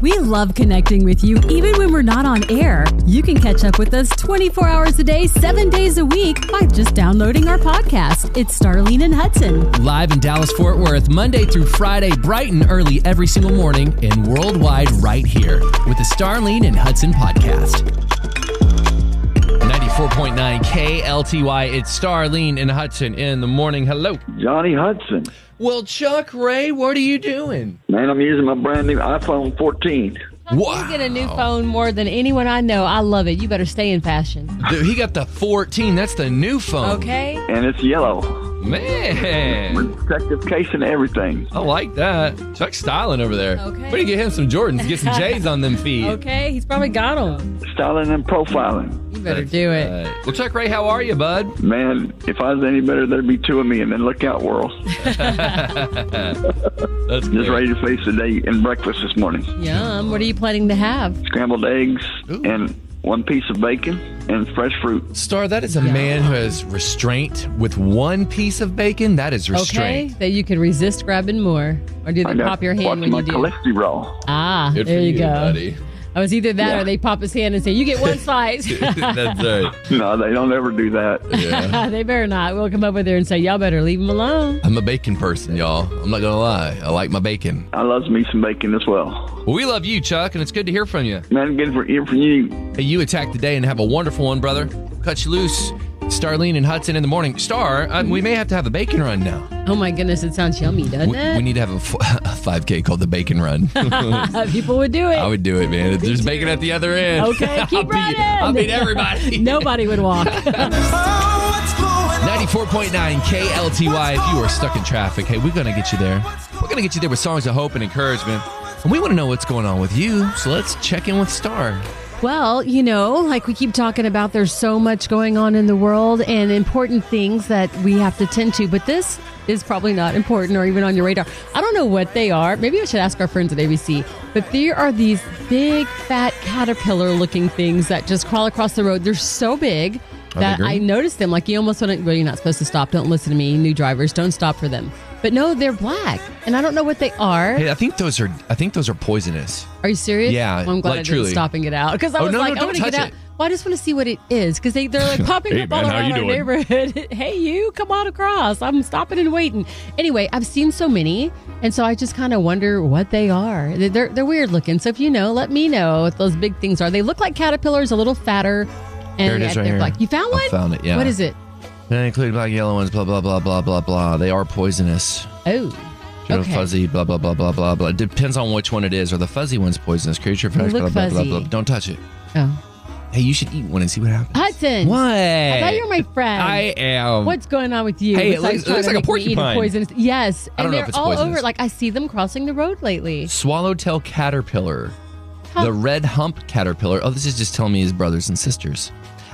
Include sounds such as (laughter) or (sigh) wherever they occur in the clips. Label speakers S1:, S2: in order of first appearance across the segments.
S1: We love connecting with you even when we're not on air. You can catch up with us 24 hours a day, seven days a week by just downloading our podcast. It's Starlene and Hudson.
S2: Live in Dallas, Fort Worth, Monday through Friday, bright and early every single morning, and worldwide right here with the Starlene and Hudson podcast. 94.9 KLTY, it's Starlene and Hudson in the morning. Hello.
S3: Johnny Hudson.
S2: Well, Chuck Ray, what are you doing?
S3: Man, I'm using my brand new iPhone 14.
S2: Wow.
S4: You get a new phone more than anyone I know. I love it. You better stay in fashion.
S2: Dude, he got the 14. That's the new phone.
S4: Okay?
S3: And it's yellow.
S2: Man.
S3: Protective case and everything.
S2: I like that. Chuck's styling over there.
S4: Okay.
S2: Better get him some
S4: (laughs)
S2: Jordans. Get some J's on them feet.
S4: Okay, he's probably got them.
S3: Styling and profiling.
S4: You better do it.
S2: Right. Well, Chuck Ray, how are you, bud?
S3: Man, if I was any better, there'd be two of me, and then look out, world.
S2: That's
S3: Just
S2: great.
S3: ready to face the day and breakfast this morning.
S4: Yum. What are you planning to have?
S3: Scrambled eggs
S2: Ooh.
S3: and one piece of bacon and fresh fruit.
S2: Star, that is a man who has restraint with one piece of bacon. That is
S4: Okay,
S2: restraint.
S4: that you can resist grabbing more, or do
S3: I
S4: they
S3: got
S4: pop your hand
S3: watching
S4: when
S3: my
S4: you do?
S3: cholesterol.
S4: Ah,
S2: Good
S4: there
S2: for
S4: you,
S2: you,
S4: go. (laughs)
S2: buddy.
S4: I was either that
S3: Yeah.
S4: or they pop his hand and say, "You get one slice."
S2: (laughs) That's right.
S3: No, they don't ever do that.
S2: Yeah.
S4: (laughs) they better not. We'll come over there and say, "Y'all better leave him alone."
S2: I'm a bacon person, y'all. I'm not gonna lie. I like my bacon.
S3: I love me some bacon as well.
S2: Well, we love you, Chuck, and it's good to hear from you.
S3: Man, good for hear from you.
S2: Hey, you attack the day and have a wonderful one, brother. Cut you loose. Starlene and Hudson in the morning. Star, uh, we may have to have a bacon run now.
S4: Oh my goodness, it sounds yummy, doesn't
S2: We,
S4: it?
S2: we need to have a f- (laughs) a 5K called the Bacon Run. (laughs)
S4: (laughs) People would do it.
S2: I would do it,
S4: (laughs)
S2: man. There's bacon at the other end.
S4: Okay,
S2: (laughs) I'll
S4: keep
S2: beat,
S4: running.
S2: I'll beat everybody.
S4: Nobody would walk.
S2: 94.9 KLTY. If you are stuck in traffic, hey, we're going to get you there. We're going to get you there with songs of hope and encouragement. And we want to know what's going on with you, so let's check in with Star.
S4: Well, you know, like we keep talking about, there's so much going on in the world and important things that we have to tend to. But this is probably not important or even on your radar. I don't know what they are. Maybe I should ask our friends at ABC. But there are these big, fat caterpillar looking things that just crawl across the road. They're so big
S2: they
S4: that
S2: green?
S4: I noticed them. Like you almost wouldn't, well, you're not supposed to stop. Don't listen to me, new drivers. Don't stop for them. But no, they're black. And I don't know what they are.
S2: Hey, I think those are I think those are poisonous.
S4: Are you serious?
S2: Yeah,
S4: Well, I'm glad
S2: like,
S4: I didn't
S2: truly.
S4: stop and get out because I
S2: Oh,
S4: was
S2: no, no,
S4: like, I
S2: don't
S4: want to get
S2: touch
S4: out.
S2: it.
S4: Well, I just want to see what it is because they they're
S2: (laughs)
S4: like popping
S2: Hey,
S4: up
S2: man,
S4: all
S2: how
S4: around
S2: you
S4: our
S2: doing?
S4: neighborhood. (laughs) hey, you come on across. I'm stopping and waiting. Anyway, I've seen so many, and so I just kind of wonder what they are. They- They're they're weird looking. So if you know, let me know what those big things are. They look like caterpillars, a little fatter, and
S2: Here it is
S4: yet
S2: right
S4: they're
S2: here.
S4: black. You found
S2: I
S4: one?
S2: found it, yeah.
S4: What is it?
S2: They include black, yellow ones, blah blah blah blah blah blah. They are poisonous.
S4: Oh,
S2: They're
S4: Okay.
S2: fuzzy, blah blah blah blah blah blah. Depends on which one it is. Or the fuzzy one's poisonous creature effects,
S4: look
S2: blah blah, blah
S4: fuzzy.
S2: blah Don't touch it.
S4: oh,
S2: Hey, you should eat one and see what happens.
S4: Hudson.
S2: What?
S4: I thought you were my friend.
S2: I am.
S4: What's going on with you?
S2: Um, Hey, it
S4: Besides
S2: looks- it looks
S4: trying to
S2: like a
S4: make me eat
S2: porcupine.
S4: Poisonous. Yes,
S2: I
S4: and
S2: don't know
S4: they're
S2: if it's
S4: all over.
S2: poisonous.
S4: Like I see them crossing the road lately.
S2: Swallowtail caterpillar.
S4: Huh.
S2: The red hump caterpillar. Oh, this is just telling me his brothers and sisters.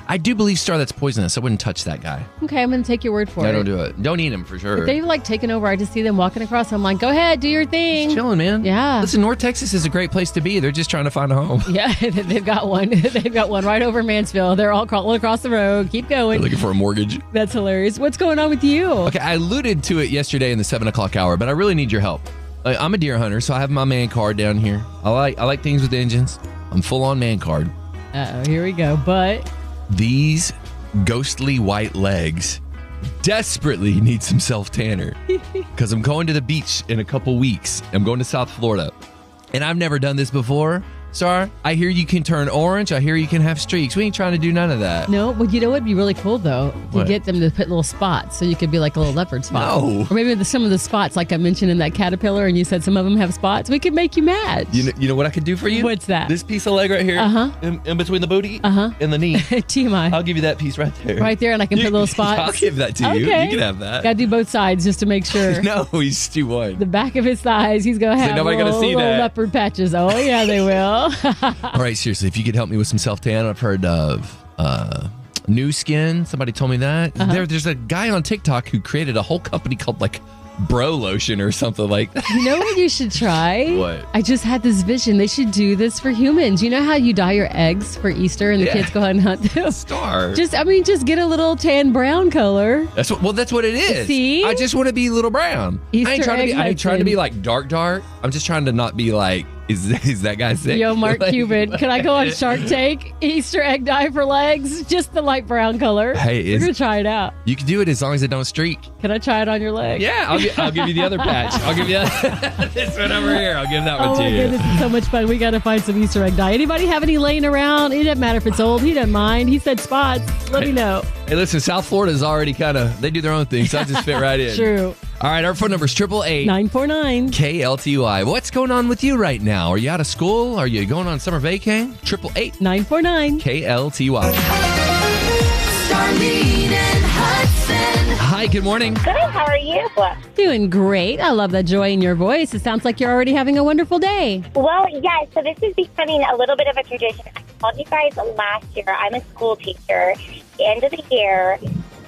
S2: I do believe Star that's poisonous. I wouldn't touch that guy.
S4: Okay, I'm going to take your word for
S2: No,
S4: it.
S2: don't do it. Don't eat him for sure.
S4: They've like taken over. I just see them walking across. I'm like, go ahead, do your thing. (laughs)
S2: Just chilling, man.
S4: Yeah.
S2: Listen, North Texas is a great place to be. They're just trying to find a
S4: (laughs)
S2: home.
S4: Yeah, they've got one. (laughs) they've got one right over Mansfield. They're all crawling across the road. Keep
S2: They're
S4: going.
S2: looking for a mortgage.
S4: That's hilarious. What's going on with you?
S2: Okay, I alluded to it yesterday in the seven o'clock hour, but I really need your help. I- I'm a deer hunter, so I have my man card down here. I like I like things with engines. I'm full on man card.
S4: Uh oh, here we go. But
S2: These ghostly white legs desperately need some self
S4: (laughs)
S2: tanner because I'm going to the beach in a couple weeks. I'm going to South Florida, and I've never done this before. Star, I hear you can turn orange. I hear you can have streaks. We ain't trying to do none of that.
S4: no, well, you know what'd be really cool though? To
S2: What?
S4: get them to put little spots so you could be like a little leopard spot.
S2: No.
S4: Or maybe the, some of the spots, like I mentioned in that caterpillar, and you said some of them have spots. We could make you match.
S2: You know, you know what I could do for you?
S4: What's that?
S2: This piece of leg right here,
S4: Uh-huh.
S2: in, in between the booty
S4: Uh-huh.
S2: and
S4: (laughs)
S2: the knee.
S4: TMI.
S2: I'll give you that piece right there.
S4: Right there, and I can
S2: You-
S4: put little spots.
S2: (laughs) I'll give that to you.
S4: Okay.
S2: You can have that. (laughs)
S4: Gotta do both sides just to make sure.
S2: no, he's too wide.
S4: The back of his thighs, he's gonna have
S2: nobody gonna
S4: little,
S2: see
S4: little
S2: that.
S4: leopard patches. Oh yeah, they
S2: (laughs)
S4: will.
S2: All right, seriously, if you could help me with some self tan, I've heard of uh, New Skin. Somebody told me that.
S4: Uh-huh.
S2: There, there's a guy on TikTok who created a whole company called like Bro Lotion or something like that.
S4: (laughs) you know what you should try?
S2: What?
S4: I just had this vision. They should do this for humans. You know how you dye your eggs for Easter and the
S2: Yeah.
S4: kids go out and hunt
S2: (laughs)
S4: them?
S2: Star.
S4: Just I mean, just get a little tan brown color.
S2: that's what, well, that's what it is.
S4: See?
S2: I just want to be little brown. I
S4: Easter
S2: ain't trying to be.
S4: egg
S2: I ain't trying to be
S4: lotion.
S2: like dark, dark. I'm just trying to not be like Is, (laughs) is that guy sick?
S4: Yo, Mark
S2: (laughs) Like,
S4: Cuban, can I go on Shark Tank? Easter egg dye for legs, just the light brown color.
S2: Hey,
S4: we're
S2: is-
S4: gonna try it out.
S2: (laughs) You can do it as long as it don't streak.
S4: Can I try it on your leg?
S2: Yeah, I'll, gi- I'll give you the other patch. I'll give you that. (laughs) this one over here. I'll give that one
S4: Oh
S2: to
S4: my
S2: you.
S4: goodness, it's so much fun. We gotta find some Easter egg dye. Anybody have any laying around? It doesn't matter if it's old. He doesn't mind. He said spots. Let me know.
S2: Hey, listen, South Florida is already kind of, they do their own thing, so I just fit right in.
S4: (laughs) True.
S2: All right, our phone number is 888
S4: Nine four nine.
S2: KLTY. What's going on with you right now? Are you out of school? Are you going on summer vacay? 888
S4: Nine four nine.
S2: KLTY.
S5: Starlene and Hudson.
S2: Hi, good morning.
S6: Good. How are you?
S4: Doing great. I love that joy in your voice. It sounds like you're already having a wonderful day.
S6: Well, yeah. So this is becoming a little bit of a tradition. I told you guys last year. I'm a school teacher. The end of the year,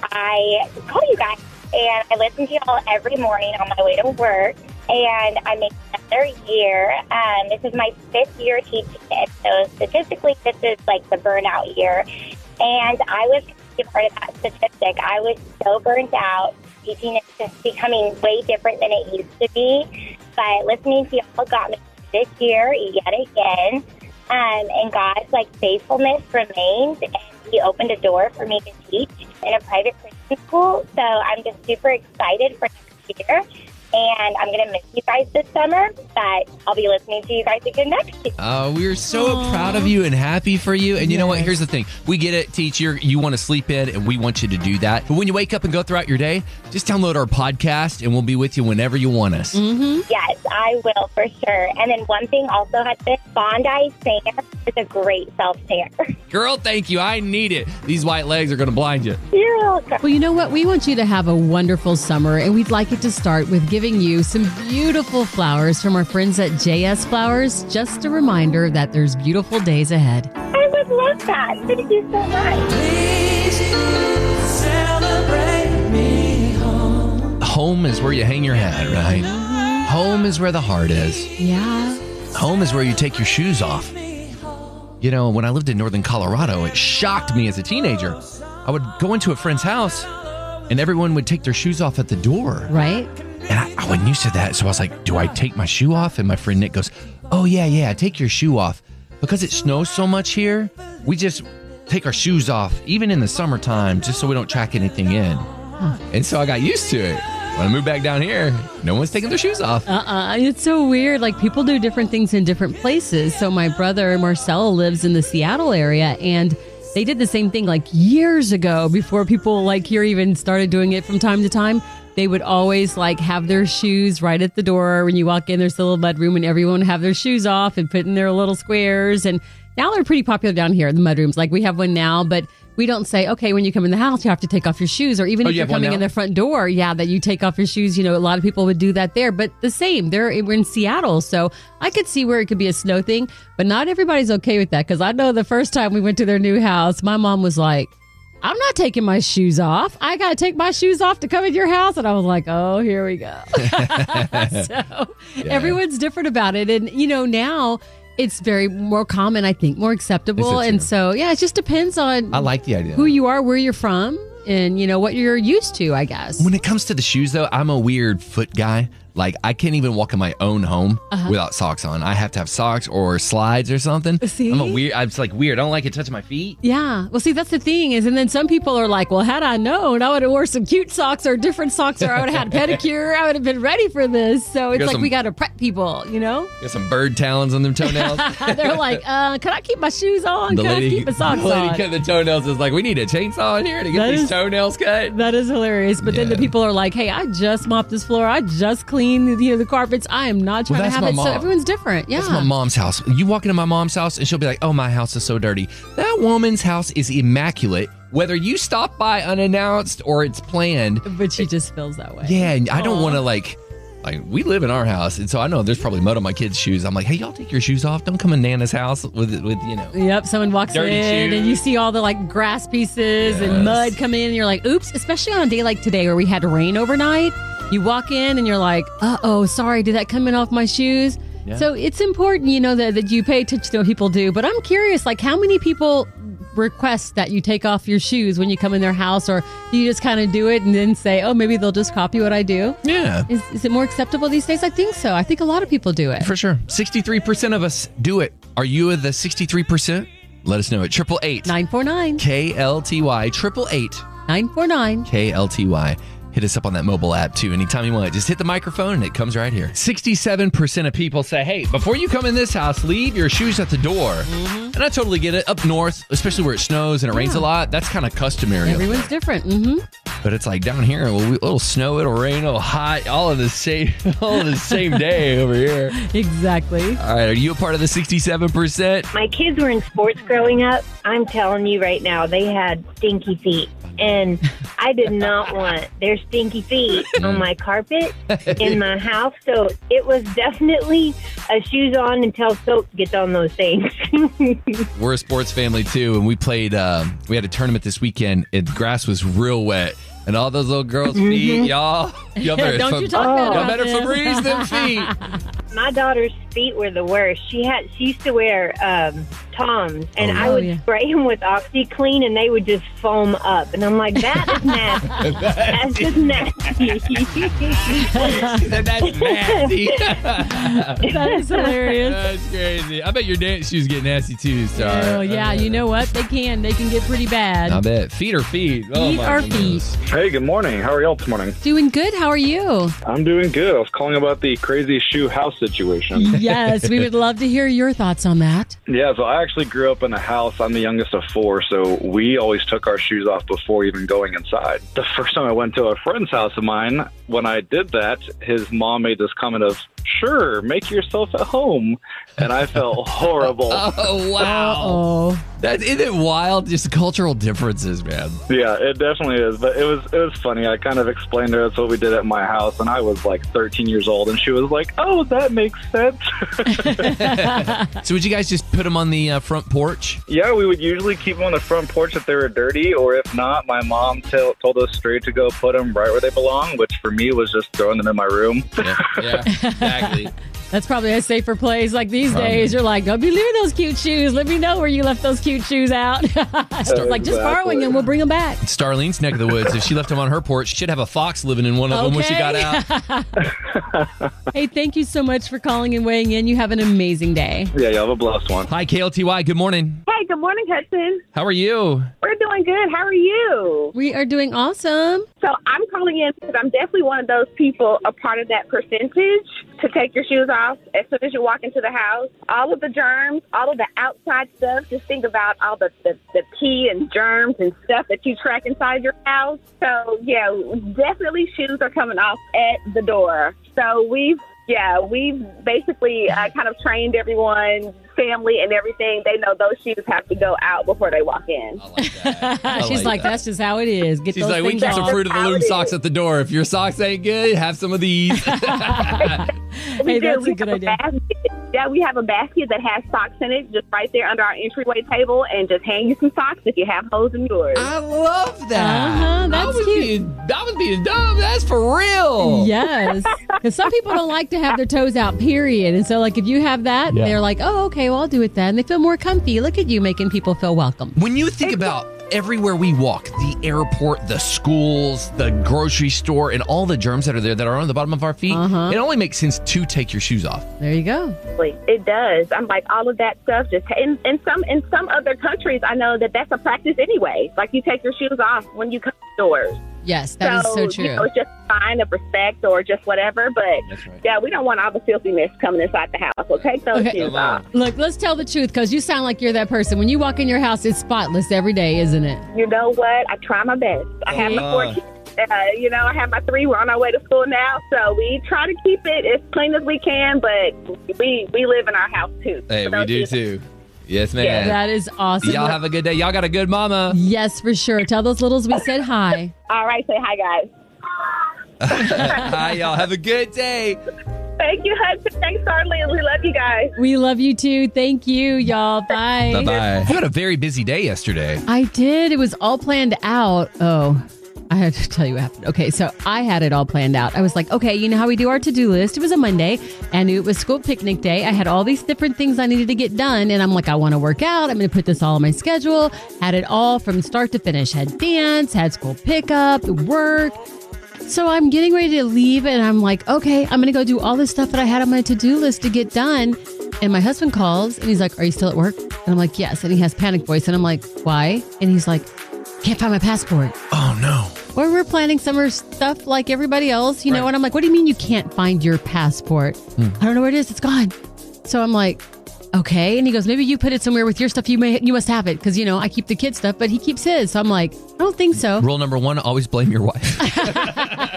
S6: I call you guys and I listen to y'all every morning on my way to work. And I make another year. Um, this is my fifth year teaching it. So statistically, this is like the burnout year. And I was a part of that statistic. I was so burnt out. Teaching is just becoming way different than it used to be. But listening to y'all got me this year yet again. Um, and God's like faithfulness remains, and He opened a door for me to teach in a private Christian school. So I'm just super excited for next year. And I'm going to miss you guys this summer, but I'll be listening to you guys again next year.
S2: Uh, we're so
S4: Aw.
S2: proud of you and happy for you. And you know what? Here's the thing. We get it, teacher. You want to sleep in, and we want you to do that. But when you wake up and go throughout your day, just download our podcast, and we'll be with you whenever you want us.
S4: Mm-hmm.
S6: Yes, I will for sure. And then one thing also has been Bondi Sand is a great self (laughs) tanner.
S2: Girl, thank you. I need it. These white legs are going to blind you.
S6: You're welcome.
S4: Well, you know what? We want you to have a wonderful summer, and we'd like it to start with giving you some beautiful flowers from our friends at JS Flowers. Just a reminder that there's beautiful days ahead.
S6: I would love that. Thank you so much.
S5: Please you celebrate me home.
S2: Home is where you hang your hat, right? Home is where the heart is.
S4: Yeah.
S2: Home is where you take your shoes off. You know, when I lived in northern Colorado, it shocked me as a teenager. I would go into a friend's house and everyone would take their shoes off at the door.
S4: Right?
S2: And I, I wasn't used to that. So I was like, do I take my shoe off? And my friend Nick goes, oh, yeah, yeah, take your shoe off. Because it snows so much here, we just take our shoes off, even in the summertime, just so we don't track anything in. And so I got used to it. When I moved back down here, no one's taking their shoes off.
S4: Uh, it's so weird. Like people do different things in different places. So my brother Marcel lives in the Seattle area, and they did the same thing like years ago before people like here even started doing it from time to time. They would always like have their shoes right at the door when you walk in. There's a little mudroom, and everyone would have their shoes off and put in their little squares. And now they're pretty popular down here. The mudrooms, like we have one now, but. We don't say, okay, when you come in the house, you have to take off your shoes, or even
S2: Oh,
S4: if
S2: you
S4: you're
S2: have one
S4: coming in
S2: now?
S4: the front door, yeah, that you take off your shoes. You know, a lot of people would do that there, but the same, they're we're in Seattle, so I could see where it could be a snow thing, but not everybody's okay with that because I know the first time we went to their new house, my mom was like, "I'm not taking my shoes off. I gotta take my shoes off to come in your house," and I was like, "Oh, here we go." (laughs)
S2: (laughs)
S4: so everyone's different about it, and you know now. It's very more common, I think, more acceptable.
S2: It's a
S4: And
S2: too.
S4: so, yeah, it just depends on
S2: I like the idea.
S4: who you are, where you're from, and you know what you're used to, I guess.
S2: When it comes to the shoes, though, I'm a weird foot guy. Like, I can't even walk in my own home
S4: Uh-huh.
S2: without socks on. I have to have socks or slides or something.
S4: See?
S2: I'm a weird, I'm just like weird. I don't like it touching my feet.
S4: yeah. Well, see, that's the thing is, and then some people are like, "Well, had I known, I would have wore some cute socks or different socks, or I would
S2: (laughs)
S4: have had a pedicure. I would have been ready for this." So it's
S2: got
S4: like
S2: some-
S4: we got to prep people, you know.
S2: Got some bird talons on them toenails.
S4: (laughs)
S2: (laughs)
S4: They're like, uh, "Can I keep my shoes on? Can I keep my socks
S2: the lady
S4: on?"
S2: cutting the toenails is like, we need a chainsaw in here to get
S4: That
S2: these
S4: is-
S2: toenails cut.
S4: That is hilarious. But then the
S2: Yeah.
S4: people are like, "Hey, I just mopped this floor. I just cleaned you know the carpets. I am not trying
S2: Well,
S4: to
S2: that's
S4: have
S2: my
S4: it." So
S2: mom.
S4: everyone's different. Yeah.
S2: That's my mom's house. You walk into my mom's house and she'll be like, oh, my house is so dirty. That woman's house is immaculate, whether you stop by unannounced or it's planned.
S4: But she just feels that way.
S2: Yeah, and I don't want to like, like we live in our house, and so I know there's probably mud on my kids' shoes. I'm like, hey, y'all take your shoes off. Don't come in Nana's house with with you know.
S4: Yep, someone walks
S2: Dirty
S4: in
S2: shoes.
S4: and you see all the like grass pieces
S2: Yes.
S4: and mud coming in and you're like, oops, especially on a day like today where we had rain overnight. You walk in and you're like, uh oh, sorry, did that come in off my shoes? So it's important, you know, that, that you pay attention to what people do. But I'm curious, like, how many people request that you take off your shoes when you come in their house, or do you just kind of do it and then say, "Oh, maybe they'll just copy what I do"?
S2: Yeah.
S4: Is, is it more acceptable these days? I think so. I think a lot of people do it.
S2: For sure. 63% of us do it. Are you of the 63%? Let us know at 888
S4: 949
S2: KLTY, 888
S4: 949.
S2: KLTY. Hit us up on that mobile app too. Anytime you want, just hit the microphone and it comes right here. 67% of people say, hey, before you come in this house, leave your shoes at the door. And I totally get it. Up north, especially where it snows and it rains a lot, that's kind of customary.
S4: Everyone's different. hmm
S2: But it's like down here, well, we- it'll snow, it'll rain, it'll hot, all of the same, (laughs) all of the same day over (laughs) here. (laughs)
S4: Exactly.
S2: All right, are you a part of the 67%?
S7: My kids were in sports growing up. I'm telling you right now, they had stinky feet. And I did not want their stinky feet on my carpet in my house. So it was definitely a shoes on until soap gets on those things. (laughs)
S2: We're a sports family too, and we played. Um, we had a tournament this weekend. And the grass was real wet, and all those little girls' feet, y'all,
S4: (laughs)
S2: y'all better,
S4: Mm-hmm. Don't you talk bad
S2: y'all
S4: about
S2: better
S4: them.
S2: Febreze them feet.
S7: my daughter's feet were the worst. She had she used to wear um, Toms, and
S2: Oh,
S7: I
S4: yeah.
S7: would
S4: Oh, yeah.
S7: spray them with OxyClean, and they would just foam up. And I'm like, that is nasty. That's just nasty.
S4: (laughs)
S2: That's nasty.
S4: That is hilarious.
S2: (laughs) That's crazy. I bet your dance shoes get nasty too. Sorry.
S4: Oh, yeah, you know what? They can. They can get pretty
S2: I
S4: bad.
S2: bet feet are feet. Oh,
S4: Feet
S2: my
S4: are
S2: goodness.
S8: Hey, good morning. How are y'all this morning?
S4: Doing good. How are you?
S8: I'm doing good. I was calling about the crazy shoe house situation.
S4: Yes, we would love to hear your thoughts on that.
S8: yeah, so I actually grew up in a house. I'm the youngest of four, so we always took our shoes off before even going inside. The first time I went to a friend's house of mine, when I did that, his mom made this comment of, "Sure, make yourself at home," and I (laughs) felt horrible.
S2: Oh wow.
S4: Oh,
S2: That isn't it wild. Just cultural differences, man.
S8: Yeah, it definitely is. But it was it was funny. I kind of explained to her that's what we did at my house, and I was like 13 years old, and she was like, "Oh, that makes sense." (laughs)
S2: So would you guys just put them on the uh, front porch?
S8: yeah, we would usually keep them on the front porch if they were dirty, or if not, my mom tell told us straight to go put them right where they belong, which for me was just throwing them in my room.
S2: Yeah, yeah exactly.
S4: that's probably a safer place. Like these days, you're like, don't be leaving those cute shoes. Let me know where you left those cute shoes out. (laughs) it's like just borrowing them. We'll bring them back.
S2: Starlene's neck of the woods. If she left them on her porch, she'd have a fox living in one of them when she
S4: Okay.
S2: got out.
S4: (laughs) Hey, thank you so much for calling and weighing in. You have an amazing day.
S8: (laughs) Yeah, you have a blessed one.
S2: Hi, KLTY. Good morning.
S7: hey, good morning, Hudson.
S2: How are you?
S7: We're doing good. How are you?
S4: We are doing awesome.
S7: So I'm calling in because I'm definitely one of those people, a part of that percentage, to take your shoes off as soon as you walk into the house. All of the germs, all of the outside stuff. Just think about all the, the, the pee and germs and stuff that you track inside your house. So, yeah, definitely shoes are coming off at the door. So we've yeah, we've basically uh, kind of trained everyone, family, and everything. They know those shoes have to go out before they walk in.
S4: (laughs) She's like, that's just how it is. Get
S2: She's
S4: those
S2: like, we
S4: things
S2: keep some
S4: off.
S2: fruit of the loom socks at the door. If your socks ain't good, have some
S4: (laughs)
S2: of these. (laughs)
S4: Hey,
S7: We do.
S4: that's
S7: We
S4: a good
S7: have
S4: idea.
S7: basket. Yeah, we have a basket that has socks in it, just right there under our entryway table, and just hand you some socks if you have holes in yours.
S4: Ah.
S2: I love that.
S4: Uh-huh,
S2: I
S4: that's
S2: was
S4: cute.
S2: Being, I was being dumb. That's for real.
S4: Yes. 'Cause some people don't like to have their toes out, period. And so, like, if you have that,
S2: Yeah.
S4: they're like, oh, okay, well, I'll do it then. they feel more comfy. Look at you making people feel welcome.
S2: When you think about everywhere we walk, the airport, the schools, the grocery store, and all the germs that are there that are on the bottom of our feet,
S4: Uh-huh.
S2: it only makes sense to take your shoes off.
S4: There you go.
S7: Absolutely. It does. I'm like all of that stuff. Just in, in some in some other countries, I know that that's a practice anyway. Like you take your shoes off when you come indoors.
S4: Yes, that is so, true.
S7: You know, it's just a sign of respect or just whatever. But
S2: That's right.
S7: yeah, we don't want all the filthiness coming inside the house. So take those
S4: Okay.
S7: shoes
S2: Come
S7: off.
S2: on.
S4: Look, let's tell the truth because you sound like you're that person. When you walk in your house, it's spotless every day, isn't it?
S7: you know what? I try my best. I have my four
S2: Yeah.
S7: kids. Uh, you know, I have my three. We're on our way to school now, so we try to keep it as clean as we can. But we we live in our house too.
S2: Hey,
S7: So
S2: we
S7: don't
S2: do
S7: you-
S2: too. Yes, man.
S4: That is awesome.
S2: Y'all have a good day. Y'all got a
S4: (laughs)
S2: good mama.
S4: yes, for sure. Tell those littles we said hi.
S7: All right, say hi, guys.
S2: Hi, y'all. Have a good day.
S7: Thank you, Hudson. Thanks, Starlene. We love you guys.
S4: We love you too. Thank you, y'all. Bye.
S2: Bye bye. You had a very busy day yesterday.
S4: I did. It was all planned out. Oh, I had to tell you what happened. Okay, so I had it all planned out. I was like, okay, you know how we do our to do list? It was a Monday. I knew it was school picnic day. I had all these different things I needed to get done. And I'm like, I want to work out. I'm going to put this all on my schedule. Had it all from start to finish. Had dance, had school pickup, work. So I'm getting ready to leave. And I'm like, okay, I'm going to go do all this stuff that I had on my to do list to get done. And my husband calls and he's like, are you still at work? And I'm like, yes. And he has panic voice. And I'm like, why? And he's like, can't find my passport
S2: Oh no.
S4: or we're planning summer stuff like everybody else, you know. And I'm like, what do you mean you can't find your passport?
S2: Hmm.
S4: I don't know where it is. It's gone. So I'm like, okay. And he goes, maybe you put it somewhere with your stuff. You may, you must have it because you know I keep the kid stuff, but he keeps his. So I'm like, I don't think so.
S2: Rule number one: always blame your wife.
S4: (laughs)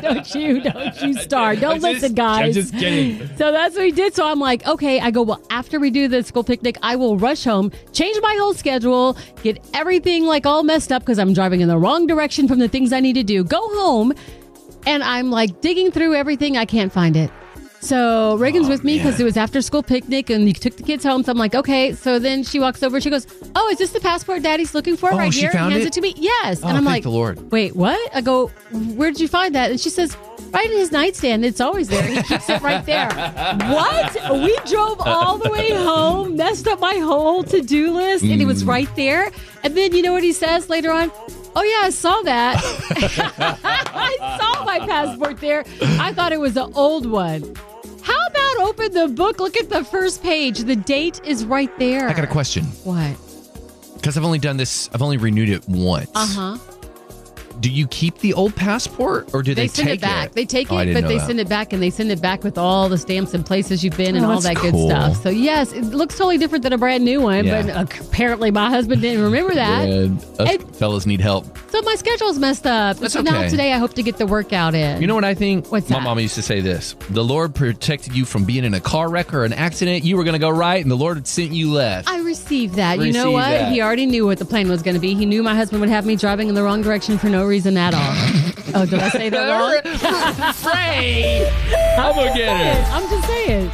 S4: don't you, don't you
S2: (laughs)
S4: start. (laughs) Don't
S2: I'm just-
S4: listen, guys.
S2: I'm just kidding.
S4: So that's what he did. So I'm like, okay. I go, well, after we do the school picnic, I will rush home, change my whole schedule, get everything like all messed up because I'm driving in the wrong direction from the things I need to do. Go home. And I'm like digging through everything. I can't find it. So
S2: Oh,
S4: Reagan's with me because it was after school picnic and you took the kids home. So I'm like, okay. So then she walks over. She goes, oh, is this the passport daddy's looking for
S2: Oh,
S4: right
S2: she
S4: here?
S2: found
S4: Hands
S2: it?
S4: it to me. Yes. and I'm
S2: Oh, thank
S4: like,
S2: the Lord.
S4: wait, what? I go, where did you find that? And she says, right in his nightstand. It's always there. He keeps it right
S2: (laughs)
S4: there. what? We drove all the way home, messed up my whole to do list, and it was
S2: Mm.
S4: right there. And then you know what he says later on? Oh, yeah, I saw that. (laughs) I saw my passport there. I thought it was an old one. How about open the book? Look at the first page. The date is right there.
S2: I got a question
S4: What?
S2: because I've only done this. I've only renewed it once.
S4: Uh huh.
S2: Do you keep the old passport or do they,
S4: they, send
S2: take
S4: it back. They take it,
S2: Oh, I didn't
S4: but
S2: know
S4: they
S2: that.
S4: send it back, and they send it back with all the stamps and places you've been and
S2: Oh,
S4: all
S2: that's
S4: that good
S2: cool.
S4: stuff. So yes, it looks totally different than a brand new one.
S2: Yeah.
S4: But apparently, my husband didn't remember that,
S2: And us
S4: And-
S2: fellas need help.
S4: so my schedule's messed up.
S2: That's
S4: so now
S2: okay.
S4: today, I hope to get the workout in.
S2: You know what I think?
S4: What's
S2: My
S4: that?
S2: mama used to say this The Lord protected you from being in a car wreck or an accident. You were going to go right, and the Lord sent you left.
S4: I received that. you
S2: Received
S4: know what?
S2: that.
S4: He already knew what the plan was going to be. He knew my husband would have me driving in the wrong direction for no reason at all. oh, did I say
S2: (laughs)
S4: that wrong? (laughs)
S2: Frey! I'm going to get her.
S4: I'm just saying.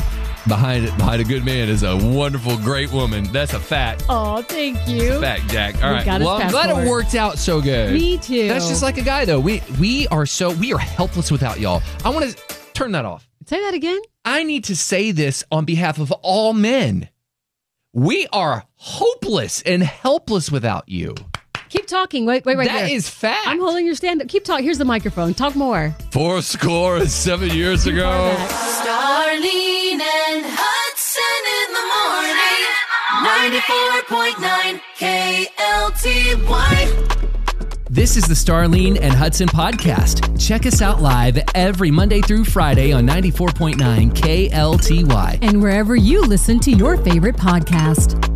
S2: Behind, behind a good man is a wonderful, great woman. That's a fact.
S4: Oh, thank you.
S2: Fact, Jack. All
S4: We
S2: right.
S4: got his
S2: Well, I'm glad it
S4: passport.
S2: worked out so good.
S4: Me too.
S2: That's just like a guy, though. We we are so we are helpless without y'all. I want to turn that off.
S4: say that again.
S2: I need to say this on behalf of all men. We are hopeless and helpless without you.
S4: Keep talking. Wait, wait,
S2: That
S4: right
S2: is
S4: there.
S2: fact.
S4: I'm holding your stand up. Keep talking. Here's the microphone. Talk more.
S2: Four score and seven years ago.
S5: Starlene and Hudson in the morning. 94.9 KLTY.
S9: This is the Starlene and Hudson podcast. Check us out live every Monday through Friday on 94.9 KLTY.
S1: and wherever you listen to your favorite podcast.